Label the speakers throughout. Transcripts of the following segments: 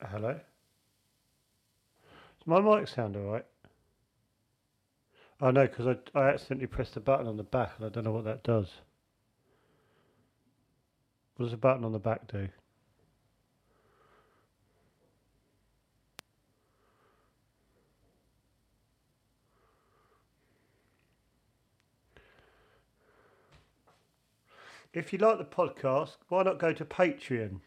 Speaker 1: Hello. Does my mic sound all right? Oh no, because I, I accidentally pressed the button on the back and I don't know what that does. What does the button on the back do? If you like the podcast, why not go to Patreon?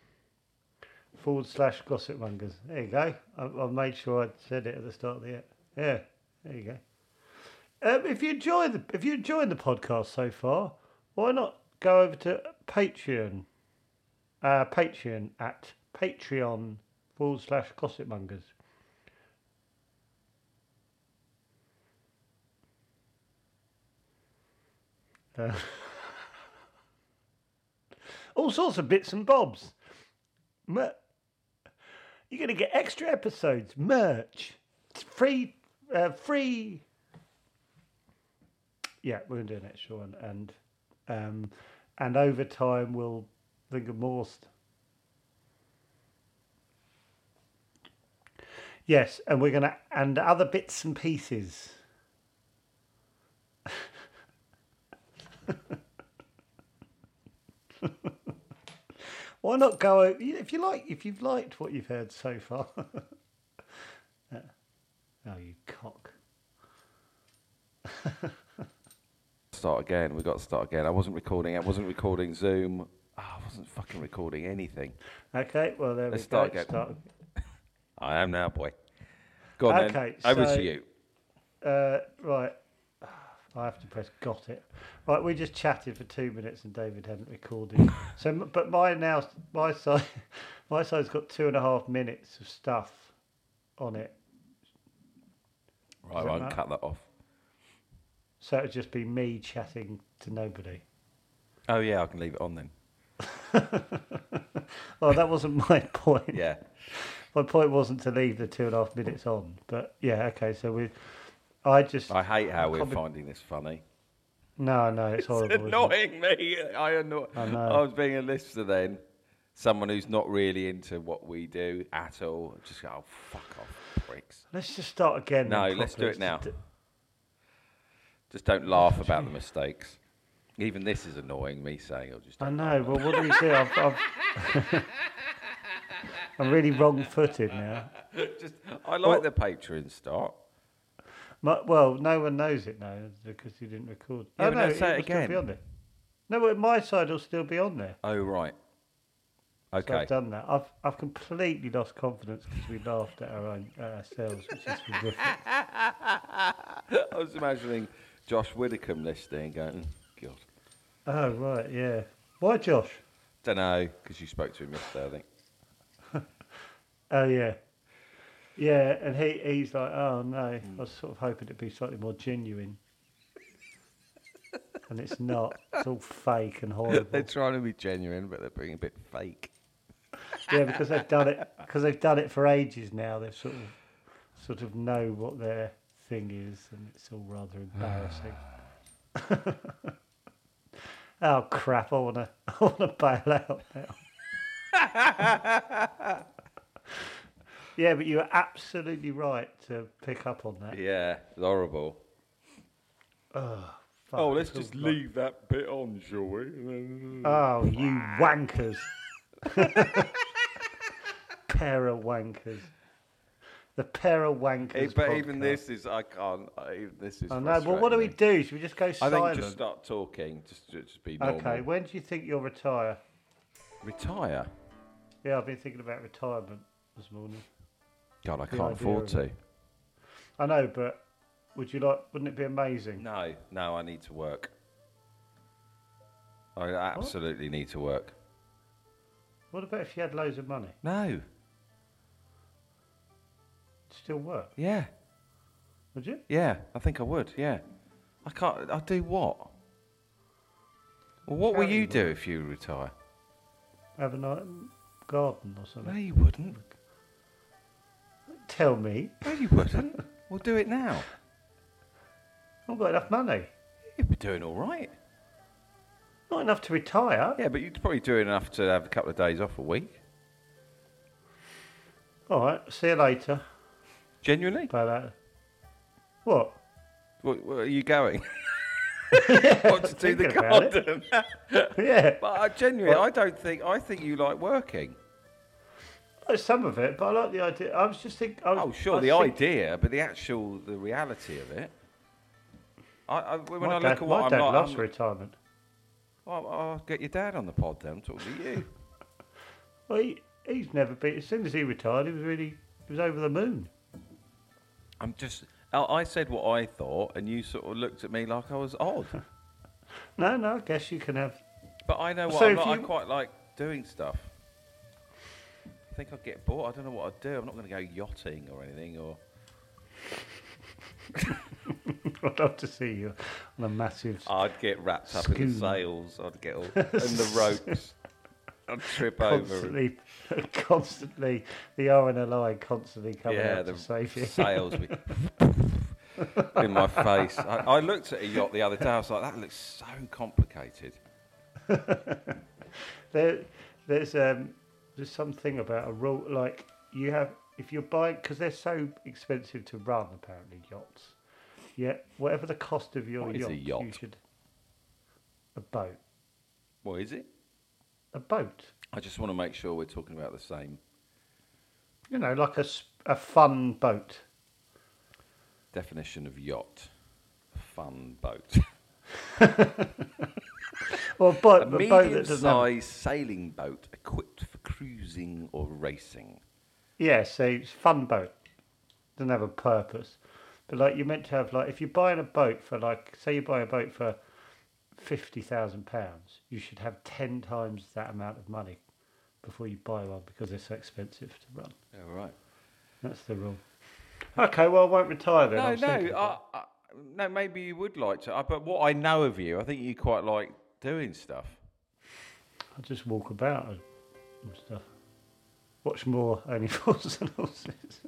Speaker 1: forward slash gossip mongers. There you go. I, I made sure I said it at the start of the year. Yeah, there you go. Um, if you enjoy the if you enjoyed the podcast so far, why not go over to Patreon, uh, Patreon at Patreon forward slash gossip mongers. Uh, all sorts of bits and bobs. Mer- You're going to get extra episodes, merch, it's free, uh, free. Yeah, we're going to do an extra one, and um, and over time we'll think of more. St- yes, and we're going to and other bits and pieces. Why not go o- if you like if you've liked what you've heard so far? Yeah. oh, you cock!
Speaker 2: start again. We got to start again. I wasn't recording. I wasn't recording Zoom. Oh, I wasn't fucking recording anything.
Speaker 1: Okay, well there
Speaker 2: Let's
Speaker 1: we go.
Speaker 2: start again.
Speaker 1: Start.
Speaker 2: I am now, boy. Go on
Speaker 1: Okay,
Speaker 2: then. Over
Speaker 1: so-
Speaker 2: to you.
Speaker 1: Uh, right, I have to press got it. Right, we just chatted for two minutes and David hadn't recorded. so, m- but my now my side my side's got two and a half minutes of stuff on it,
Speaker 2: Right, well, I can cut that off.
Speaker 1: so it'd just be me chatting to nobody.
Speaker 2: Oh yeah, I can leave it on then.
Speaker 1: Oh, that wasn't my point.
Speaker 2: Yeah.
Speaker 1: My point wasn't to leave the two and a half minutes on, but yeah, okay. So we, I just
Speaker 2: I hate how we're
Speaker 1: Can't be-
Speaker 2: finding this funny.
Speaker 1: no, no, it's horrible. isn't it?
Speaker 2: Annoying me. I anno- I,
Speaker 1: know.
Speaker 2: was being a listener then. Someone who's not really into what we do at all. Just go, oh, fuck off, pricks.
Speaker 1: Let's just start again. then,
Speaker 2: No, let's do
Speaker 1: properly.
Speaker 2: it now.
Speaker 1: Just-
Speaker 2: Just don't laugh about the mistakes. Even this is annoying me saying I'll just
Speaker 1: I know. Well, what do you say? I've, I've I'm really wrong-footed now.
Speaker 2: Just, I like
Speaker 1: Well-
Speaker 2: the Patreon start.
Speaker 1: My, well, no one knows it now because you didn't record.
Speaker 2: Yeah,
Speaker 1: oh,
Speaker 2: but
Speaker 1: no,
Speaker 2: don't say it
Speaker 1: will still be
Speaker 2: again.
Speaker 1: on there. No, well, my side will still be on there.
Speaker 2: Oh right.
Speaker 1: So
Speaker 2: Okay.
Speaker 1: I've done that. I've I've completely lost confidence because we laughed at our own at ourselves, which is horrific.
Speaker 2: I was imagining Josh Widdicombe listening, and going, "Mm, God,
Speaker 1: Oh right, yeah. Why, Josh?
Speaker 2: don't know," because you spoke to him yesterday. I think.
Speaker 1: Oh yeah, yeah. And he he's like, oh no. I was sort of hoping it'd be slightly more genuine, and it's not. It's all fake and horrible.
Speaker 2: They're trying to be genuine, but they're being a bit fake.
Speaker 1: Yeah, because they've done it because they've done it for ages now. They sort of sort of know what their thing is, and it's all rather embarrassing. Oh crap! I wanna, I wanna bail out now. yeah, but you were absolutely right to pick up on that.
Speaker 2: Yeah, it's horrible.
Speaker 1: Fuck,
Speaker 2: oh, let's
Speaker 1: it's all
Speaker 2: just
Speaker 1: right.
Speaker 2: leave that bit on, shall we?
Speaker 1: Oh, you wankers! pair of wankers. The pair of wankers.
Speaker 2: Eh, but even
Speaker 1: podcast.
Speaker 2: this is I can't. I, even this is.
Speaker 1: I know. Oh, Well, what do we
Speaker 2: frustrating.
Speaker 1: do? Should we just go
Speaker 2: I
Speaker 1: silent?
Speaker 2: think just start talking. Just, just be normal.
Speaker 1: okay. When do you think you'll retire?
Speaker 2: Retire.
Speaker 1: Yeah, I've been thinking about retirement this morning.
Speaker 2: God, I
Speaker 1: The
Speaker 2: can't
Speaker 1: idea
Speaker 2: afford
Speaker 1: of
Speaker 2: to.
Speaker 1: I know, but would you like? Wouldn't it be amazing?
Speaker 2: No, no, I need to work. I absolutely need to work.
Speaker 1: What about if you had loads of money?
Speaker 2: No.
Speaker 1: Still work?
Speaker 2: Yeah.
Speaker 1: Would you?
Speaker 2: Yeah. I think I would. Yeah. I can't. I do what? Well, what will
Speaker 1: Apparently
Speaker 2: you
Speaker 1: not.
Speaker 2: do if you retire?
Speaker 1: Have a night garden or
Speaker 2: No,
Speaker 1: something?
Speaker 2: you wouldn't.
Speaker 1: Tell me,
Speaker 2: No, you wouldn't. we'll do it now.
Speaker 1: I've got enough money.
Speaker 2: You'd be doing all right.
Speaker 1: Not enough to retire.
Speaker 2: Yeah, but you'd probably do enough to have a couple of days off a week.
Speaker 1: All right. See you later.
Speaker 2: Genuinely?
Speaker 1: About that. What?
Speaker 2: Where, where are you going? Want to do the
Speaker 1: Thinking about it.
Speaker 2: garden?
Speaker 1: yeah.
Speaker 2: but I genuinely, I don't think. I think you like working.
Speaker 1: Like Some of it, but I like the idea. I was just thinking.
Speaker 2: Oh, sure, the idea, but the actual, the reality of it. I, I, when I
Speaker 1: my
Speaker 2: look
Speaker 1: dad,
Speaker 2: at what
Speaker 1: my
Speaker 2: I'm
Speaker 1: dad
Speaker 2: not,
Speaker 1: loves
Speaker 2: I'm-
Speaker 1: retirement.
Speaker 2: I'll, I'll get your dad on the pod then. Talk to you.
Speaker 1: Well, he, he's never been. As soon as he retired, he was really he was over the moon.
Speaker 2: I'm just. I, I said what I thought, and you sort of looked at me like I was odd.
Speaker 1: No, no. I guess you can have.
Speaker 2: But I know what
Speaker 1: So
Speaker 2: I'm
Speaker 1: if
Speaker 2: like, I
Speaker 1: you-
Speaker 2: quite like doing stuff. I think I'd get bored. I don't know what I'd do. I'm not going to go yachting or anything. Or
Speaker 1: I'd love to see you on a massive.
Speaker 2: I'd get wrapped up in the
Speaker 1: Scoon.
Speaker 2: sails. I'd get all and the ropes. I'd trip over.
Speaker 1: Constantly,
Speaker 2: and-
Speaker 1: constantly, the RNLI constantly coming
Speaker 2: yeah,
Speaker 1: out
Speaker 2: the
Speaker 1: to save you.
Speaker 2: sails be- in my face. I, I looked at a yacht the other day. I was like, that looks so complicated.
Speaker 1: There, there's um, there's something about a rule like you have if you're buying because they're so expensive to run apparently yachts. Yeah, whatever the cost of your
Speaker 2: What is
Speaker 1: yacht,
Speaker 2: a
Speaker 1: you
Speaker 2: yacht?
Speaker 1: should a boat,
Speaker 2: What is it?
Speaker 1: a boat.
Speaker 2: I just want to make sure we're talking about the same
Speaker 1: You know, like a s- a fun boat.
Speaker 2: definition of yacht. Fun boat.
Speaker 1: Well, a boat,
Speaker 2: A
Speaker 1: a boat that doesn't. Have,
Speaker 2: medium-sized sailing boat equipped for cruising or racing.
Speaker 1: yeah, so it's fun boat. Doesn't have a purpose, but like you're meant to have like if you're buying a boat for like say you buy a boat for fifty thousand pounds, you should have ten times that amount of money before you buy one because they're so expensive to run.
Speaker 2: All right.
Speaker 1: That's the rule. Okay, well I won't retire then. I
Speaker 2: No,
Speaker 1: was
Speaker 2: no,
Speaker 1: thinking about
Speaker 2: I, I, no. Maybe you would like to, I- but what I know of you, I think you quite like doing stuff.
Speaker 1: it. I'll just walk about and and stuff. Watch more only fools and horses.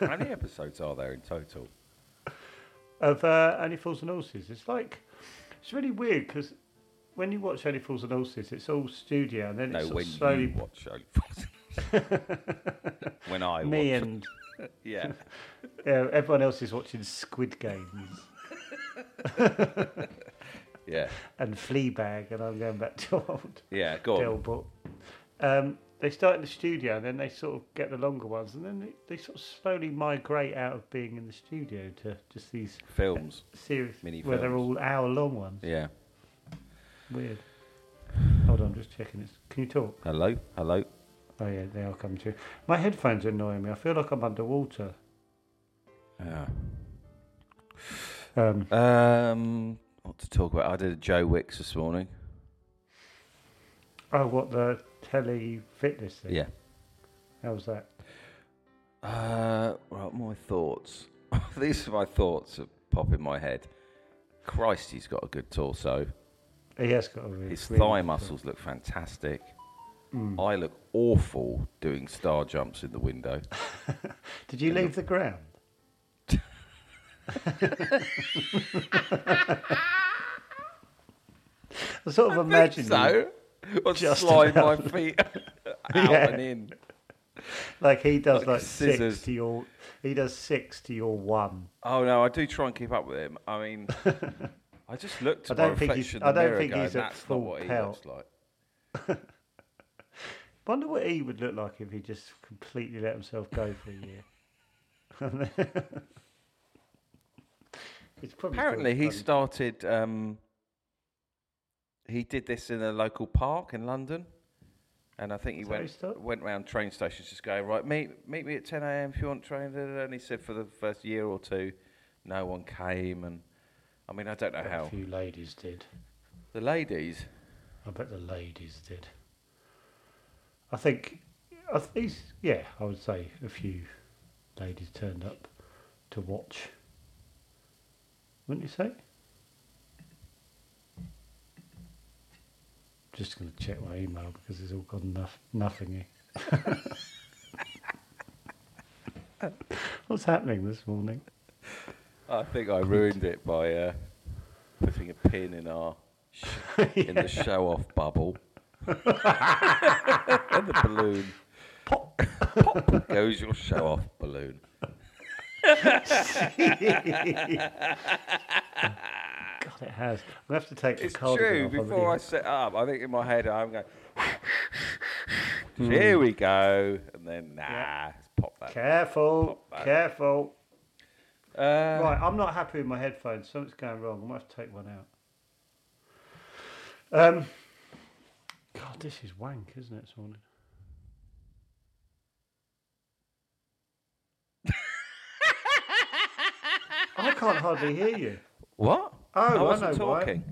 Speaker 2: How many episodes are there in total?
Speaker 1: of uh, Only Fools and Horses. It's like it's really weird because when you watch Only Fools and Horses, it's all studio, and then
Speaker 2: No,
Speaker 1: it's sort
Speaker 2: when
Speaker 1: of slowly
Speaker 2: you watch Only Fools. when I
Speaker 1: me
Speaker 2: watch.
Speaker 1: and
Speaker 2: Yeah.
Speaker 1: uh, everyone else is watching Squid Games
Speaker 2: Yeah.
Speaker 1: and Fleabag, and I'm going back to old
Speaker 2: Yeah. Go on.
Speaker 1: Bill Book. Um, they start in the studio, and then they sort of get the longer ones, and then they, they sort of slowly migrate out of being in the studio to just these
Speaker 2: Films.
Speaker 1: series
Speaker 2: Mini
Speaker 1: where they're
Speaker 2: films.
Speaker 1: all hour-long ones.
Speaker 2: Yeah.
Speaker 1: Weird. Hold on, just checking this. Can you talk?
Speaker 2: Hello. Hello.
Speaker 1: Oh yeah, they are coming through. My headphones are annoying me. I feel like I'm underwater.
Speaker 2: Yeah.
Speaker 1: Um,
Speaker 2: Um. What to talk about? I did a Joe Wicks this morning.
Speaker 1: oh, what the tele fitness thing?
Speaker 2: Yeah.
Speaker 1: How's that?
Speaker 2: Uh, right, my thoughts. These are my thoughts that pop in my head. Christ, he's got a good torso.
Speaker 1: He has got a really
Speaker 2: His
Speaker 1: really
Speaker 2: thigh
Speaker 1: good
Speaker 2: muscles look fantastic. I look awful doing star jumps in the window.
Speaker 1: thigh. Did you leave the ground? I sort of imagine you,
Speaker 2: so. Or
Speaker 1: Just
Speaker 2: slide my
Speaker 1: about.
Speaker 2: feet out
Speaker 1: Yeah.
Speaker 2: and in.
Speaker 1: like he does
Speaker 2: Like
Speaker 1: like,
Speaker 2: scissors.
Speaker 1: six to your he does six to your one.
Speaker 2: Oh no, I do try and keep up with him. I mean, I just looked
Speaker 1: I
Speaker 2: at my
Speaker 1: don't think he's-
Speaker 2: reflection in
Speaker 1: I
Speaker 2: the
Speaker 1: don't
Speaker 2: mirror
Speaker 1: think
Speaker 2: going,
Speaker 1: he's at
Speaker 2: that's
Speaker 1: full
Speaker 2: not what he
Speaker 1: pelt."
Speaker 2: looks like.
Speaker 1: Wonder what he would look like if he just completely let himself go for a year. It's probably
Speaker 2: Apparently, he
Speaker 1: bloody-
Speaker 2: started. Um, he did this in a local park in London, and I think he
Speaker 1: Is that how he
Speaker 2: went
Speaker 1: started?
Speaker 2: went round train stations, just going right. Meet meet me at ten a.m. if you want train. da, da, da," And he said for the first year or two, no one came, and I mean, I don't know
Speaker 1: a
Speaker 2: how
Speaker 1: few ladies did.
Speaker 2: the ladies.
Speaker 1: I bet the ladies did. I think, I th- he's, yeah, I would say a few ladies turned up to watch. Wouldn't you say? Just going to check my email because it's all gone noth- nothingy. What's happening this morning?
Speaker 2: I think I ruined it by uh, putting a pin in our sh- in the show off bubble. and the balloon
Speaker 1: Pop!
Speaker 2: goes your show off balloon.
Speaker 1: God, it has. I'm going to have to take the
Speaker 2: It's
Speaker 1: cardigan
Speaker 2: true.
Speaker 1: off, I
Speaker 2: Before I
Speaker 1: really-
Speaker 2: set up, I think in my head I'm going. Here we go, and then nah,
Speaker 1: Hmm. Yeah.
Speaker 2: let's pop that.
Speaker 1: Careful,
Speaker 2: Pop that.
Speaker 1: careful.
Speaker 2: Uh,
Speaker 1: Right, I'm not happy with my headphones. Something's going wrong. I might have to take one out. Um, God, this is wank, isn't it, this morning? I can't hardly hear you.
Speaker 2: What?
Speaker 1: Oh, I
Speaker 2: I wasn't
Speaker 1: know why.
Speaker 2: talking.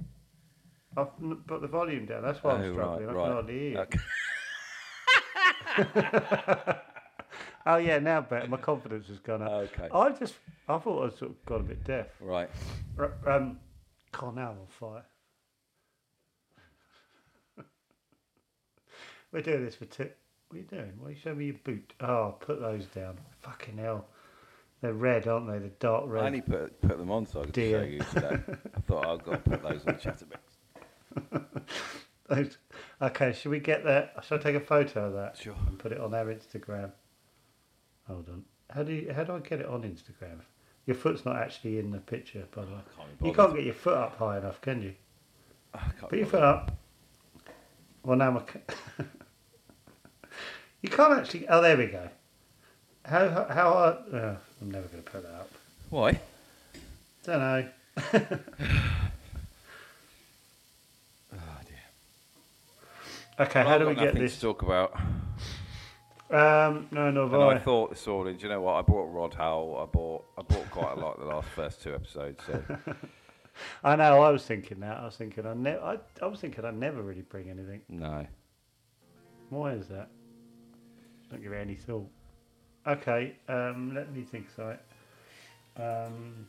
Speaker 1: I've n- put the volume down. That's why I'm
Speaker 2: Oh,
Speaker 1: struggling. I
Speaker 2: right,
Speaker 1: can
Speaker 2: right.
Speaker 1: hardly hear you.
Speaker 2: Okay.
Speaker 1: Oh yeah, now better. My confidence has gone up.
Speaker 2: Okay.
Speaker 1: I just, I thought I sort of got a bit deaf.
Speaker 2: Right.
Speaker 1: R- Um, God, now I'm on fire. We're doing this for two. What are you doing? Why are you showing me your boot? Oh, put those down. Fucking hell. They're red, aren't they? They're dark red.
Speaker 2: I only put put them on so I could
Speaker 1: Dear.
Speaker 2: show you today. I thought I've got to put those on Chatterbox.
Speaker 1: Those- Okay, should we get that? Shall I take a photo of that?
Speaker 2: Sure.
Speaker 1: And put it on our Instagram. Hold on. How do you, how do I get it on Instagram? Your foot's not actually in the picture, by the way.
Speaker 2: can't be
Speaker 1: You
Speaker 2: bothered.
Speaker 1: can't get your foot up high enough, can you?
Speaker 2: I can't
Speaker 1: Put your
Speaker 2: bother.
Speaker 1: foot up. Well, now my. ca- you can't actually. Oh, there we go. How how, how are, uh, I'm never going to put that up.
Speaker 2: Why?
Speaker 1: Don't know.
Speaker 2: Oh dear.
Speaker 1: Okay,
Speaker 2: Well,
Speaker 1: how
Speaker 2: I've
Speaker 1: do we
Speaker 2: got
Speaker 1: get
Speaker 2: nothing to
Speaker 1: this?
Speaker 2: talk about?
Speaker 1: Um, no, no,
Speaker 2: And I
Speaker 1: I.
Speaker 2: thought this morning, do you know what? I bought Rod Howell. I bought I bought quite a lot the last first two episodes. So
Speaker 1: I know. I was thinking that. I was thinking I never. I, I was thinking I'd never really bring anything.
Speaker 2: no.
Speaker 1: Why is that? Don't give it any thought. Okay, um, let me think. So, um,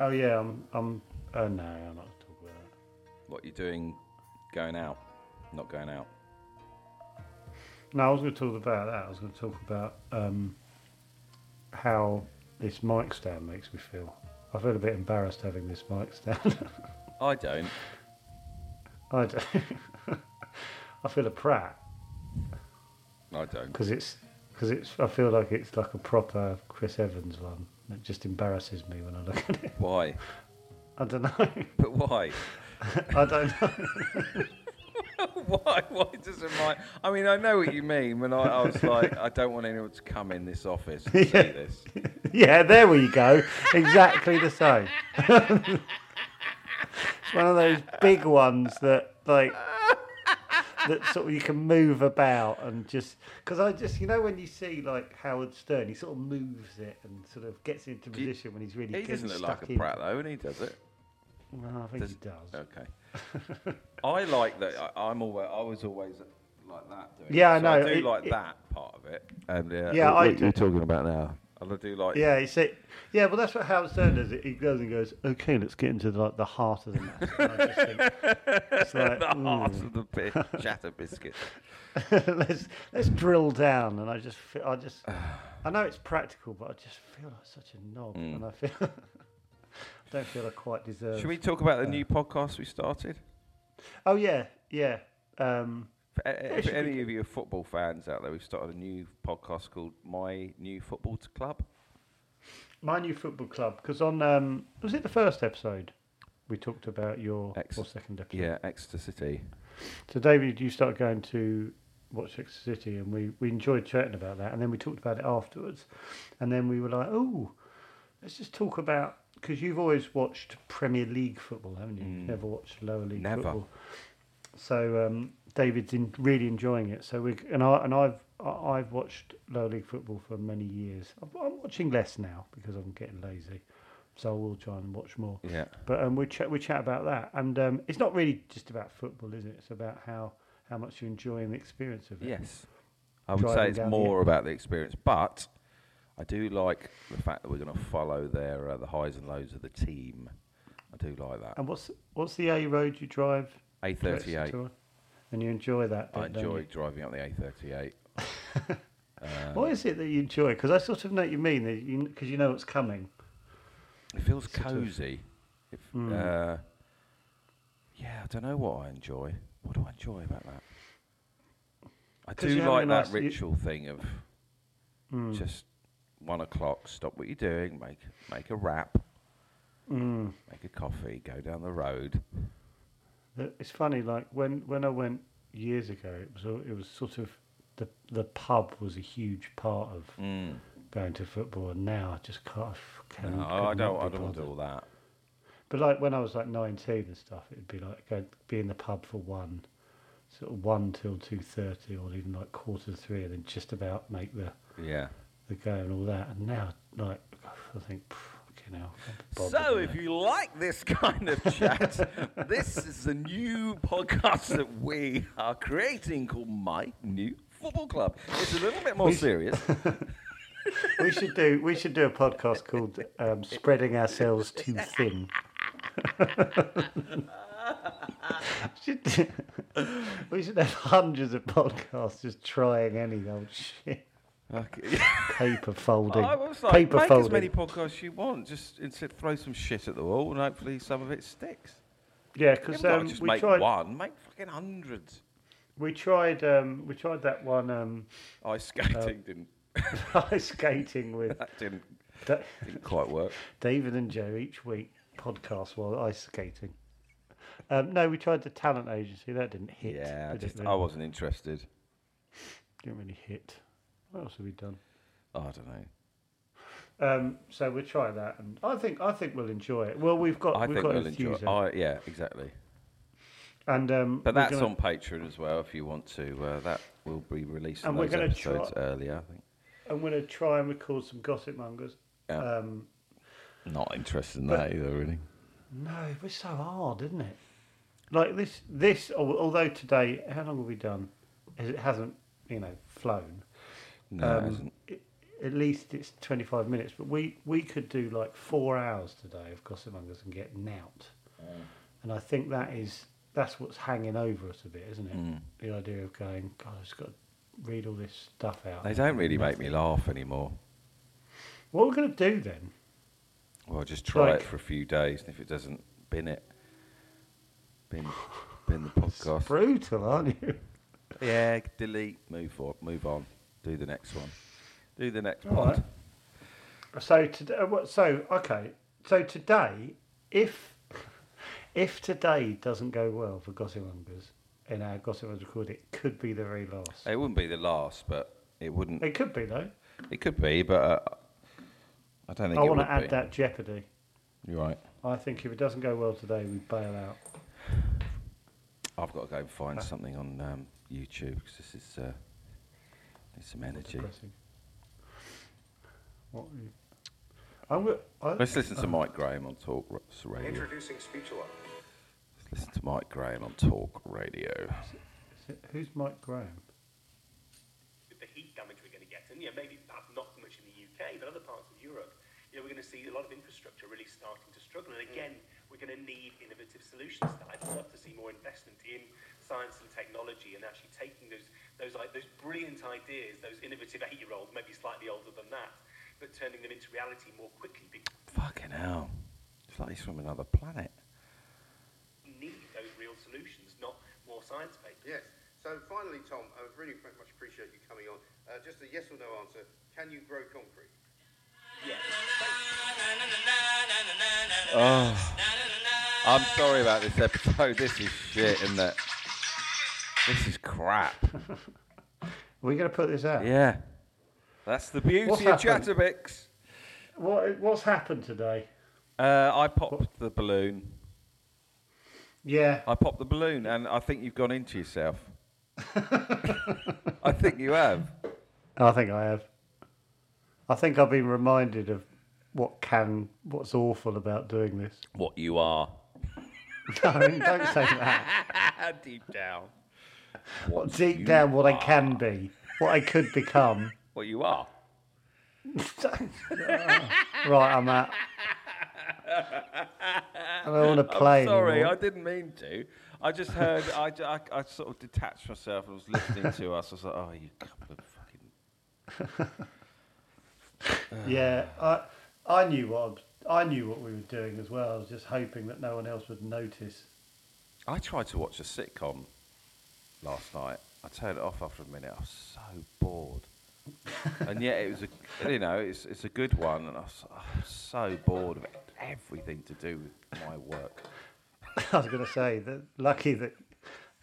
Speaker 1: oh yeah, I'm. I'm. Oh no, I'm not talking about that.
Speaker 2: What you doing? Going out? Not going out?
Speaker 1: No, I was going to talk about that. I was going to talk about um, how this mic stand makes me feel. I feel a bit embarrassed having this mic stand.
Speaker 2: I don't.
Speaker 1: I do. I feel a prat
Speaker 2: I don't.
Speaker 1: because it's because it's. I feel like it's like a proper Chris Evans one. It just embarrasses me when I look at it.
Speaker 2: Why?
Speaker 1: I don't know.
Speaker 2: But why?
Speaker 1: I don't know.
Speaker 2: why? Why does it my? I mean, I know what you mean. When I, I was like, I don't want anyone to come in this office and see
Speaker 1: Yeah.
Speaker 2: this.
Speaker 1: yeah, there we go. Exactly the same. it's one of those big ones that like that sort of you can move about and just because I just you know when you see like Howard Stern, he sort of moves it and sort of gets into
Speaker 2: you-
Speaker 1: position when he's really
Speaker 2: He
Speaker 1: getting
Speaker 2: doesn't look
Speaker 1: stuck
Speaker 2: like a
Speaker 1: in.
Speaker 2: brat though, and he does it.
Speaker 1: No, I think he does.
Speaker 2: Okay. I like that. I, I'm always. I was always like that. Doing
Speaker 1: Yeah,
Speaker 2: it.
Speaker 1: I
Speaker 2: So
Speaker 1: know,
Speaker 2: I do
Speaker 1: it-
Speaker 2: like
Speaker 1: it-
Speaker 2: that part of it. And uh,
Speaker 1: Yeah, I do.
Speaker 2: talking about now? And I do like.
Speaker 1: Yeah, he said. Yeah, well, that's what Howard Stern does. He goes and goes. Okay, let's get into like the heart of the matter. And I just think, it's like,
Speaker 2: the heart
Speaker 1: "Ooh."
Speaker 2: of the bit, chatter biscuit.
Speaker 1: let's let's drill down and I just feel, I just I know it's practical but I just feel like such a knob and I feel don't feel I quite deserve.
Speaker 2: Mm. Should we talk about the new podcast we started?
Speaker 1: Oh yeah, yeah. Um,
Speaker 2: For, a- a- for
Speaker 1: should we
Speaker 2: any of you football fans out there, we've started a new podcast called My New Football T- Club.
Speaker 1: my new football club because on um, was it the first episode we talked about your
Speaker 2: Ex-
Speaker 1: or second episode?
Speaker 2: Yeah, Exeter City.
Speaker 1: So David, you started going to watch Exeter City, and we, we enjoyed chatting about that, and then we talked about it afterwards, and then we were like, oh, let's just talk about because you've always watched Premier League football, haven't you? You've Never watched lower league
Speaker 2: Mm. Never.
Speaker 1: football. So um, David's in, really enjoying it. So we and I and I've I- I've watched lower league football for many years. I'm- I'm watching less now because I'm getting lazy. So I will try and watch more.
Speaker 2: Yeah.
Speaker 1: But um, we chat we chat about that, and um, it's not really just about football, is it? It's about how how much you enjoy and the experience of it.
Speaker 2: Yes. I would
Speaker 1: Driving
Speaker 2: say it's
Speaker 1: down the-
Speaker 2: more about the experience, but I do like the fact that we're going to follow their uh, the highs and lows of the team. I do like that.
Speaker 1: And what's what's the A road you drive? to
Speaker 2: A38.
Speaker 1: Exeter on? And you enjoy that.
Speaker 2: I
Speaker 1: bit, don't you?
Speaker 2: enjoy driving up the A38.
Speaker 1: What is it that you enjoy? Because I sort of know what you mean. Because you, 'cause you know what's coming.
Speaker 2: It feels
Speaker 1: Sort of.
Speaker 2: cozy. If,
Speaker 1: Hmm.
Speaker 2: uh, yeah, I don't know what I enjoy. What do I enjoy about that? I
Speaker 1: 'Cause
Speaker 2: do
Speaker 1: you're having
Speaker 2: like
Speaker 1: a nice-
Speaker 2: that
Speaker 1: Hmm. you-
Speaker 2: ritual thing of just one o'clock. Stop what you're doing. Make make a wrap.
Speaker 1: Hmm.
Speaker 2: Make a coffee. Go down the road.
Speaker 1: That- It's funny. Like when when I went years ago, it was all- it was sort of the the pub was a huge part of going to football, and now I just can't. I can,
Speaker 2: Mm. No, Uh, I don't. I don't want to do all that.
Speaker 1: But like when I was like nineteen and stuff, it'd be like go be in the pub for one, sort of one till two thirty, or even like quarter to three, and then just about make the
Speaker 2: Yeah.
Speaker 1: the go and all that. And now like I think, fucking hell. I'm bothered
Speaker 2: So,
Speaker 1: with
Speaker 2: if
Speaker 1: that."
Speaker 2: you like this kind of chat, this is the new podcast that we are creating called My New Football Club. It's a little bit more serious.
Speaker 1: we should do we should do a podcast called um, "Spreading Ourselves Too Thin." Should do- we should have hundreds of podcasts just trying any old shit.
Speaker 2: Okay.
Speaker 1: Paper folding.
Speaker 2: I was like,
Speaker 1: paper
Speaker 2: make
Speaker 1: folding.
Speaker 2: as many podcasts you want. Just instead, throw some shit at the wall, and hopefully, some of it sticks.
Speaker 1: Yeah,
Speaker 2: You
Speaker 1: because
Speaker 2: haven't gotta
Speaker 1: um,
Speaker 2: just
Speaker 1: we
Speaker 2: make
Speaker 1: tried.
Speaker 2: one, make fucking hundreds.
Speaker 1: We tried. Um, we tried that one um,
Speaker 2: Ice skating didn't
Speaker 1: ice skating with
Speaker 2: that didn't,
Speaker 1: Da-
Speaker 2: didn't quite work.
Speaker 1: David and Joe each week podcast while ice skating. Um, no, we tried the talent agency. That didn't hit.
Speaker 2: Yeah, I
Speaker 1: did it
Speaker 2: just
Speaker 1: really?
Speaker 2: I wasn't interested.
Speaker 1: didn't really hit. What else have we done?
Speaker 2: I don't know.
Speaker 1: Um, so we'll try that, and I think I think we'll enjoy it. Well, we've got
Speaker 2: I
Speaker 1: we've
Speaker 2: think
Speaker 1: got
Speaker 2: we'll enjoy.
Speaker 1: enthusiasm,
Speaker 2: I, yeah, exactly.
Speaker 1: and um,
Speaker 2: But
Speaker 1: we're
Speaker 2: that's
Speaker 1: gonna-
Speaker 2: on Patreon as well. If you want to, uh, that will be released.
Speaker 1: And
Speaker 2: And
Speaker 1: we're
Speaker 2: those
Speaker 1: gonna
Speaker 2: episodes
Speaker 1: try-
Speaker 2: earlier. I think.
Speaker 1: I'm going to try and record some gossip mongers.
Speaker 2: Yeah.
Speaker 1: Um,
Speaker 2: Not interested in
Speaker 1: But-
Speaker 2: that either, really.
Speaker 1: No, it was so hard, isn't it? Like this, this. al- Although today, how long have we done? As It hasn't, you know, flown.
Speaker 2: No, it isn't.
Speaker 1: it- at least it's twenty-five minutes, but we we could do like four hours today of Gossipmongers and get nout.
Speaker 2: Mm.
Speaker 1: And I think that is that's what's hanging over us a bit, isn't it?
Speaker 2: Mm.
Speaker 1: The idea of going, God, I've just got to read all this stuff out.
Speaker 2: They don't really make me laugh anymore.
Speaker 1: What we're going to do then?
Speaker 2: Well, just try
Speaker 1: Like-
Speaker 2: it for a few days, and if it doesn't, bin it. Bin, bin the podcast.
Speaker 1: Brutal, aren't you?
Speaker 2: yeah, delete, move on, move on, do the next one, do the next
Speaker 1: All
Speaker 2: pod.
Speaker 1: right. So today, uh, what? So okay. So today, if if today doesn't go well for Gossipmongers in our Gossipmongers record, it could be the very last.
Speaker 2: It wouldn't be the last, but it wouldn't.
Speaker 1: It could be though.
Speaker 2: It could be, but uh, I don't think.
Speaker 1: I
Speaker 2: it
Speaker 1: want
Speaker 2: would
Speaker 1: to add
Speaker 2: be.
Speaker 1: that jeopardy.
Speaker 2: You're right.
Speaker 1: I think if it doesn't go well today, we bail out.
Speaker 2: I've got to go and find something on um, YouTube because this is uh, needs some energy.
Speaker 1: Depressing. What? are you- I'm go- I,
Speaker 2: Let's listen to Mike Graham on Talk Ra- Radio.
Speaker 3: Introducing Speechula.
Speaker 2: Let's listen to Mike Graham on Talk Radio.
Speaker 1: is it- who's Mike Graham?
Speaker 3: With the heat damage we're going to get, and yeah, maybe perhaps not so much in the UK, but other parts of Europe, you know, we're going to see a lot of infrastructure really starting to struggle.
Speaker 4: Mm.
Speaker 3: And again, we're going to need innovative solutions. To that. I'd love to see more investment in science and technology, and actually taking those those i- those brilliant ideas, those innovative eight-year-olds, maybe slightly older than that, but turning them into reality more quickly. Because
Speaker 2: Fucking hell. It's like he's from another planet.
Speaker 3: need those real solutions, not more science papers.
Speaker 4: Yes. So finally, Tom, I really very much appreciate you coming on. Uh, just a yes or no answer. Can you grow concrete?
Speaker 3: Yes.
Speaker 2: Oh, I'm sorry about this episode. This is shit, isn't it? This is crap.
Speaker 1: We're going to put this out.
Speaker 2: Yeah. That's the beauty
Speaker 1: What's
Speaker 2: of
Speaker 1: happened?
Speaker 2: Chatterbix.
Speaker 1: What, what's happened today?
Speaker 2: Uh, I popped the balloon.
Speaker 1: Yeah.
Speaker 2: I popped the balloon, and I think you've gone into yourself. I think you have.
Speaker 1: I think I have. I think I've been reminded of what can, what's awful about doing this.
Speaker 2: What you are.
Speaker 1: No, don't say that.
Speaker 2: Ah, Deep down.
Speaker 1: What deep
Speaker 2: you
Speaker 1: down, what I can be, what I could become.
Speaker 2: What you are.
Speaker 1: Right, I'm out. I don't want to play
Speaker 2: I'm sorry,
Speaker 1: anymore.
Speaker 2: I didn't mean to. I just heard, I, ju- I, I sort of detached myself and was listening to us. I was like, oh, you couple of fucking.
Speaker 1: Yeah, I I knew what I knew what we were doing as well. I was just hoping that no one else would notice.
Speaker 2: I tried to watch a sitcom last night. I turned it off after a minute. I was so bored. and yet it was a, you know, it's, it's a good one. And I was, I was so bored of everything to do with my work.
Speaker 1: I was going to say that lucky that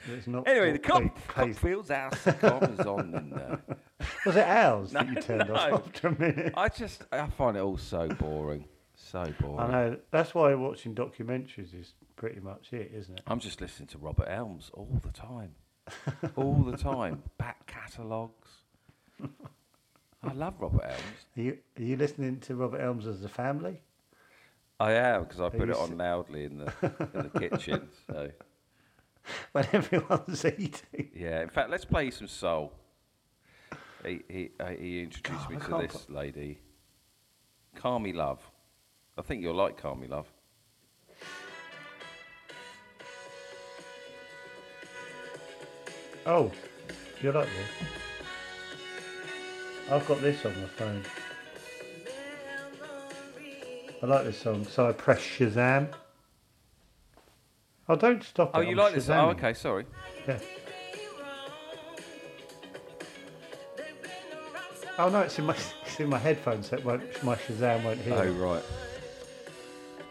Speaker 1: it's not.
Speaker 2: Anyway,
Speaker 1: not
Speaker 2: the cop,
Speaker 1: pa- paste-
Speaker 2: Copfield's our sitcom is on. And, uh,
Speaker 1: was it ours that you turned
Speaker 2: no.
Speaker 1: off after a minute?
Speaker 2: I just, I find it all so boring. So boring.
Speaker 1: I know. That's why watching documentaries is pretty much it, isn't it?
Speaker 2: I'm just listening to Robert Elms all the time. all the time. Back catalogues. I love Robert Elms.
Speaker 1: Are you are you listening to Robert Elms as a family?
Speaker 2: I am because I put
Speaker 1: you
Speaker 2: it
Speaker 1: se-
Speaker 2: on loudly in the in the kitchen. So
Speaker 1: When everyone's eating.
Speaker 2: yeah. In fact, let's play some soul. He he, uh, he introduced
Speaker 1: God,
Speaker 2: me
Speaker 1: I
Speaker 2: to
Speaker 1: can't
Speaker 2: this lady, Carmi Love. I think you'll like Carmi Love.
Speaker 1: Oh, you're like this. I've got this on my phone. I like this song, so I press Shazam. Oh, don't stop
Speaker 2: Oh,
Speaker 1: it,
Speaker 2: you
Speaker 1: I'm
Speaker 2: like this? Oh,
Speaker 1: Shazamming.
Speaker 2: okay. Sorry.
Speaker 1: Yeah. Oh no, it's in my it's in my headphones, so it won't, my Shazam won't hear.
Speaker 2: Oh
Speaker 1: it.
Speaker 2: right.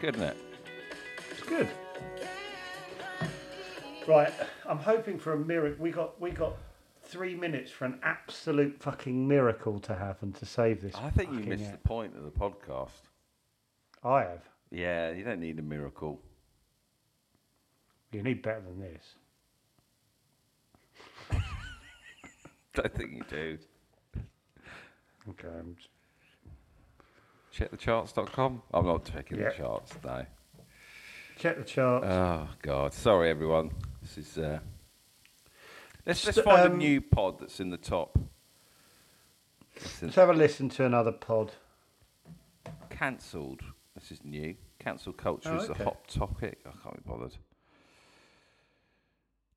Speaker 2: Good, isn't it?
Speaker 1: It's good. Right, I'm hoping for a miracle. We got we got three minutes for an absolute fucking miracle to happen to save this.
Speaker 2: I think you
Speaker 1: fucking
Speaker 2: missed
Speaker 1: app.
Speaker 2: the point of the podcast.
Speaker 1: I have.
Speaker 2: Yeah, you don't need a miracle.
Speaker 1: You need better than this.
Speaker 2: Don't think you do.
Speaker 1: Okay. I'm just-
Speaker 2: Check the charts.com. I'm not checking
Speaker 1: Yeah.
Speaker 2: the charts, no.
Speaker 1: Check the charts.
Speaker 2: Oh, God. Sorry, everyone. This is. Uh... Let's, let's
Speaker 1: So,
Speaker 2: find a
Speaker 1: um,
Speaker 2: new pod that's in the top. It's in-
Speaker 1: Let's have a listen to another pod.
Speaker 2: Cancelled. This is new. Cancel culture
Speaker 1: Oh,
Speaker 2: is
Speaker 1: okay.
Speaker 2: a hot topic. I can't be bothered.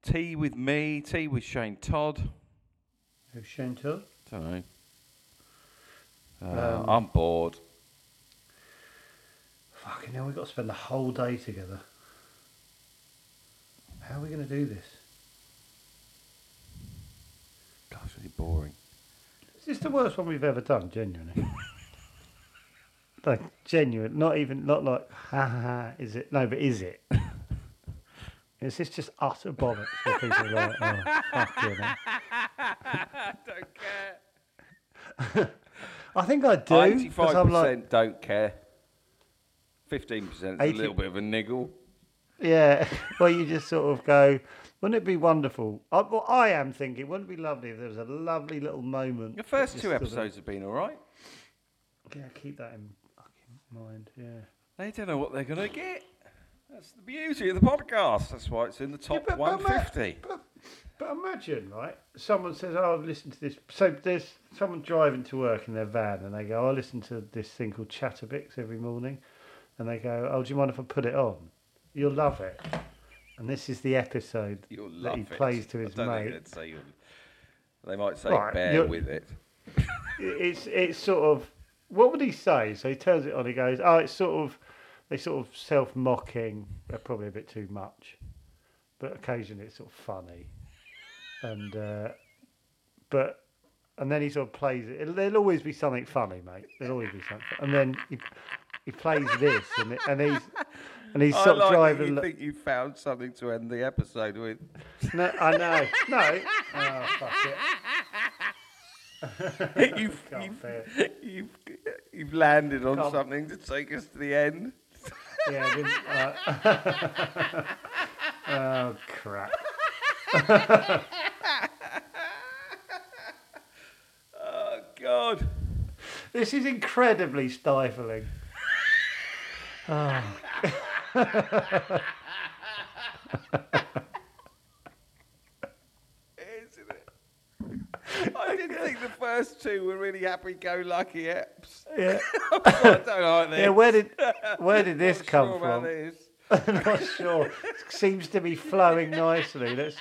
Speaker 2: Tea with me. Tea with Shane Todd.
Speaker 1: Who's Shane Todd?
Speaker 2: Don't know. Uh,
Speaker 1: Um,
Speaker 2: I'm bored.
Speaker 1: Fucking hell, we've got to spend the whole day together. How are we going to do this?
Speaker 2: Gosh, really boring.
Speaker 1: Is this the worst one we've ever done, genuinely? like, genuine, not even, not like, ha ha ha, is it? No, but is it? is this just utter bollocks where people are like, oh, fucking hell.
Speaker 2: Don't care.
Speaker 1: I think I do. 'cause
Speaker 2: Eighty-five
Speaker 1: I'm like,
Speaker 2: percent don't care. Fifteen percent is a
Speaker 1: 80
Speaker 2: little bit of a niggle.
Speaker 1: yeah, well, you just sort of go, wouldn't it be wonderful? I, well, I am thinking, wouldn't it be lovely if there was a lovely little moment?
Speaker 2: Your
Speaker 1: that
Speaker 2: first
Speaker 1: just
Speaker 2: two
Speaker 1: sort of-
Speaker 2: episodes have been all right.
Speaker 1: Yeah, keep that in fucking mind. Yeah.
Speaker 2: They don't know what they're going to get. That's the beauty of the podcast. That's why it's in the top
Speaker 1: but- but-
Speaker 2: 150.
Speaker 1: But, but imagine, right? Someone says, "Oh, I've listened to this." So there's someone driving to work in their van, and they go, "I listen to this thing called Chatterbix every morning," and they go, "Oh, do you mind if I put it on? You'll love it." And this is the episode
Speaker 2: You'll love
Speaker 1: that he
Speaker 2: it.
Speaker 1: plays to
Speaker 2: I
Speaker 1: his
Speaker 2: don't think
Speaker 1: mate.
Speaker 2: they'd say you'll- They might say
Speaker 1: Right,
Speaker 2: bear
Speaker 1: you're-
Speaker 2: with it.
Speaker 1: It's it's sort of what would he say? So he turns it on. He goes, "Oh, it's sort of they sort of self mocking. They're probably a bit too much, but occasionally it's sort of funny, and uh, but and then he sort of plays it. It'll- There'll always be something funny, mate. There'll always be something. And then he, he plays this, and, it, and he's and he's
Speaker 2: I
Speaker 1: sort of
Speaker 2: like that
Speaker 1: driving.
Speaker 2: you
Speaker 1: lo-
Speaker 2: think you found something to end the episode with.
Speaker 1: No, I know. No. Oh, fuck it.
Speaker 2: you've,
Speaker 1: Can't bear
Speaker 2: you've, you've, you've landed on
Speaker 1: Can't-
Speaker 2: something to take us to the end.
Speaker 1: Yeah, I didn't. Uh, oh, crap.
Speaker 2: Oh, God.
Speaker 1: This is incredibly stifling.
Speaker 2: Isn't it? I didn't think the first two were really happy go lucky eps.
Speaker 1: Yeah.
Speaker 2: I don't like this.
Speaker 1: Yeah, where did where did this
Speaker 2: Not
Speaker 1: come
Speaker 2: sure about
Speaker 1: from?
Speaker 2: this.
Speaker 1: I'm not sure. It seems to be flowing nicely. Let's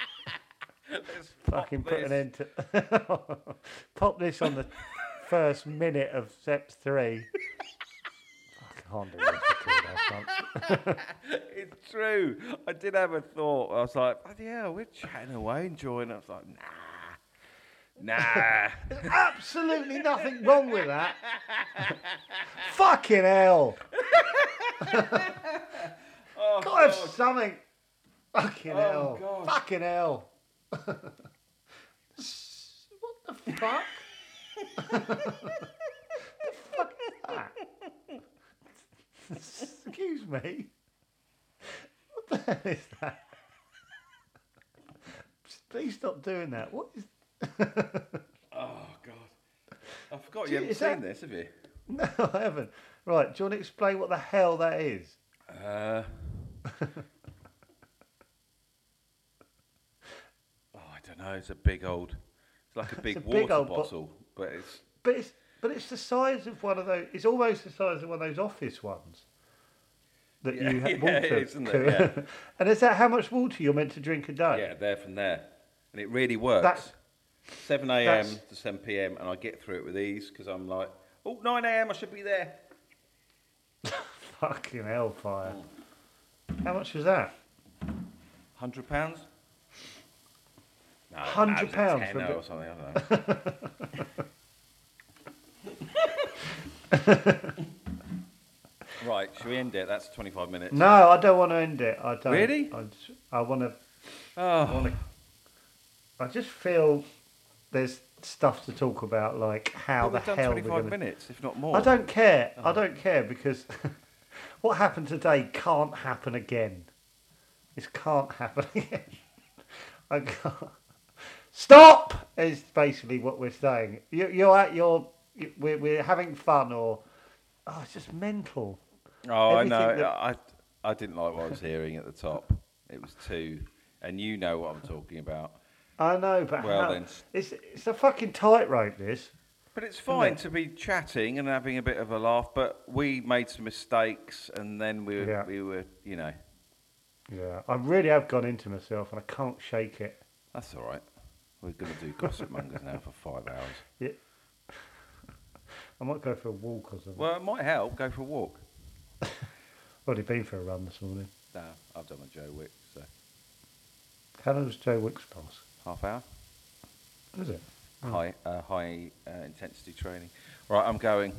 Speaker 2: Let's pop
Speaker 1: fucking put an
Speaker 2: this.
Speaker 1: end to pop this on the first minute of step three. I can't do this at all, I can't.
Speaker 2: It's true. I did have a thought. I was like, bloody hell, we're chatting away, enjoying it. I was like, nah. Nah.
Speaker 1: absolutely nothing wrong with that. Fucking hell. Gotta have something. Fucking hell.
Speaker 2: God.
Speaker 1: Fucking hell. what the fuck? the fuck is that? Excuse me. What the hell is that? Please stop doing that. What is
Speaker 2: oh, God. I forgot
Speaker 1: Gee,
Speaker 2: you haven't
Speaker 1: is
Speaker 2: seen
Speaker 1: that-
Speaker 2: this, have you?
Speaker 1: No, I haven't. Right, do you want to explain what the hell that is?
Speaker 2: Uh, oh, I don't know. It's a big old. It's like a big
Speaker 1: a
Speaker 2: water
Speaker 1: big old bo-
Speaker 2: bottle, but it's
Speaker 1: But it's but it's the size of one of those. It's almost the size of one of those office ones that
Speaker 2: Yeah,
Speaker 1: you ha-
Speaker 2: yeah,
Speaker 1: water.
Speaker 2: isn't it?
Speaker 1: coo-
Speaker 2: Yeah.
Speaker 1: and is that how much water you're meant to drink a day?
Speaker 2: yeah, there from there, and it really works.
Speaker 1: That's-
Speaker 2: 7 a.m.
Speaker 1: that's-
Speaker 2: to 7 p.m. and I get through it with ease because I'm like, oh, 9 a.m. I should be there.
Speaker 1: Fucking hellfire!
Speaker 2: Mm.
Speaker 1: How much was that?
Speaker 2: Hundred pounds. No, no, it
Speaker 1: £100
Speaker 2: was a
Speaker 1: for a
Speaker 2: tenner
Speaker 1: bit-
Speaker 2: or something. I don't know. right, should we end it? That's 25 minutes.
Speaker 1: No, I don't want to end it. I don't.
Speaker 2: Really?
Speaker 1: I, just, I want to. I
Speaker 2: Oh,
Speaker 1: want to. I just feel there's stuff to talk about, like how
Speaker 2: we've
Speaker 1: the
Speaker 2: done
Speaker 1: hell
Speaker 2: 25
Speaker 1: we're going to
Speaker 2: minutes, if not more.
Speaker 1: I don't care.
Speaker 2: Oh.
Speaker 1: I don't care because what happened today can't happen again. This can't happen again. I can't. Stop is basically what we're saying. You, you're at your. you- We're, we're having fun, or oh, it's just mental.
Speaker 2: Oh, I
Speaker 1: Everything
Speaker 2: know.
Speaker 1: that-
Speaker 2: I I didn't like what I was hearing at the top. It was too, and you know what I'm talking about.
Speaker 1: I know, but
Speaker 2: Well
Speaker 1: how-
Speaker 2: then.
Speaker 1: it's it's a fucking tightrope. This.
Speaker 2: But it's fine to be chatting and having a bit of a laugh. But we made some mistakes, and then we were,
Speaker 1: Yeah.
Speaker 2: we were, you know,
Speaker 1: Yeah, I really have gone into myself, and I can't shake it.
Speaker 2: that's all right. We're gonna do gossip mongers now for five hours.
Speaker 1: Yeah. I might go for a walk or something.
Speaker 2: Well, it might help. Go for a walk.
Speaker 1: Already been for a run this morning.
Speaker 2: No, I've done a Joe Wick, so
Speaker 1: How long does Joe Wicks pass?
Speaker 2: half hour.
Speaker 1: Is it?
Speaker 2: High, uh, high uh, intensity training. Right, I'm going.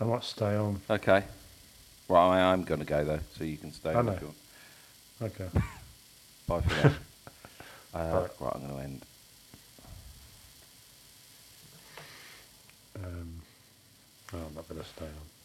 Speaker 1: I might stay on.
Speaker 2: Okay. Right, I am going to go though, so you can stay.
Speaker 1: I
Speaker 2: if
Speaker 1: know.
Speaker 2: you want.
Speaker 1: Okay.
Speaker 2: Bye for now. uh,
Speaker 1: Alright.
Speaker 2: right, I'm going to end.
Speaker 1: Um, no, I'm not going to stay on.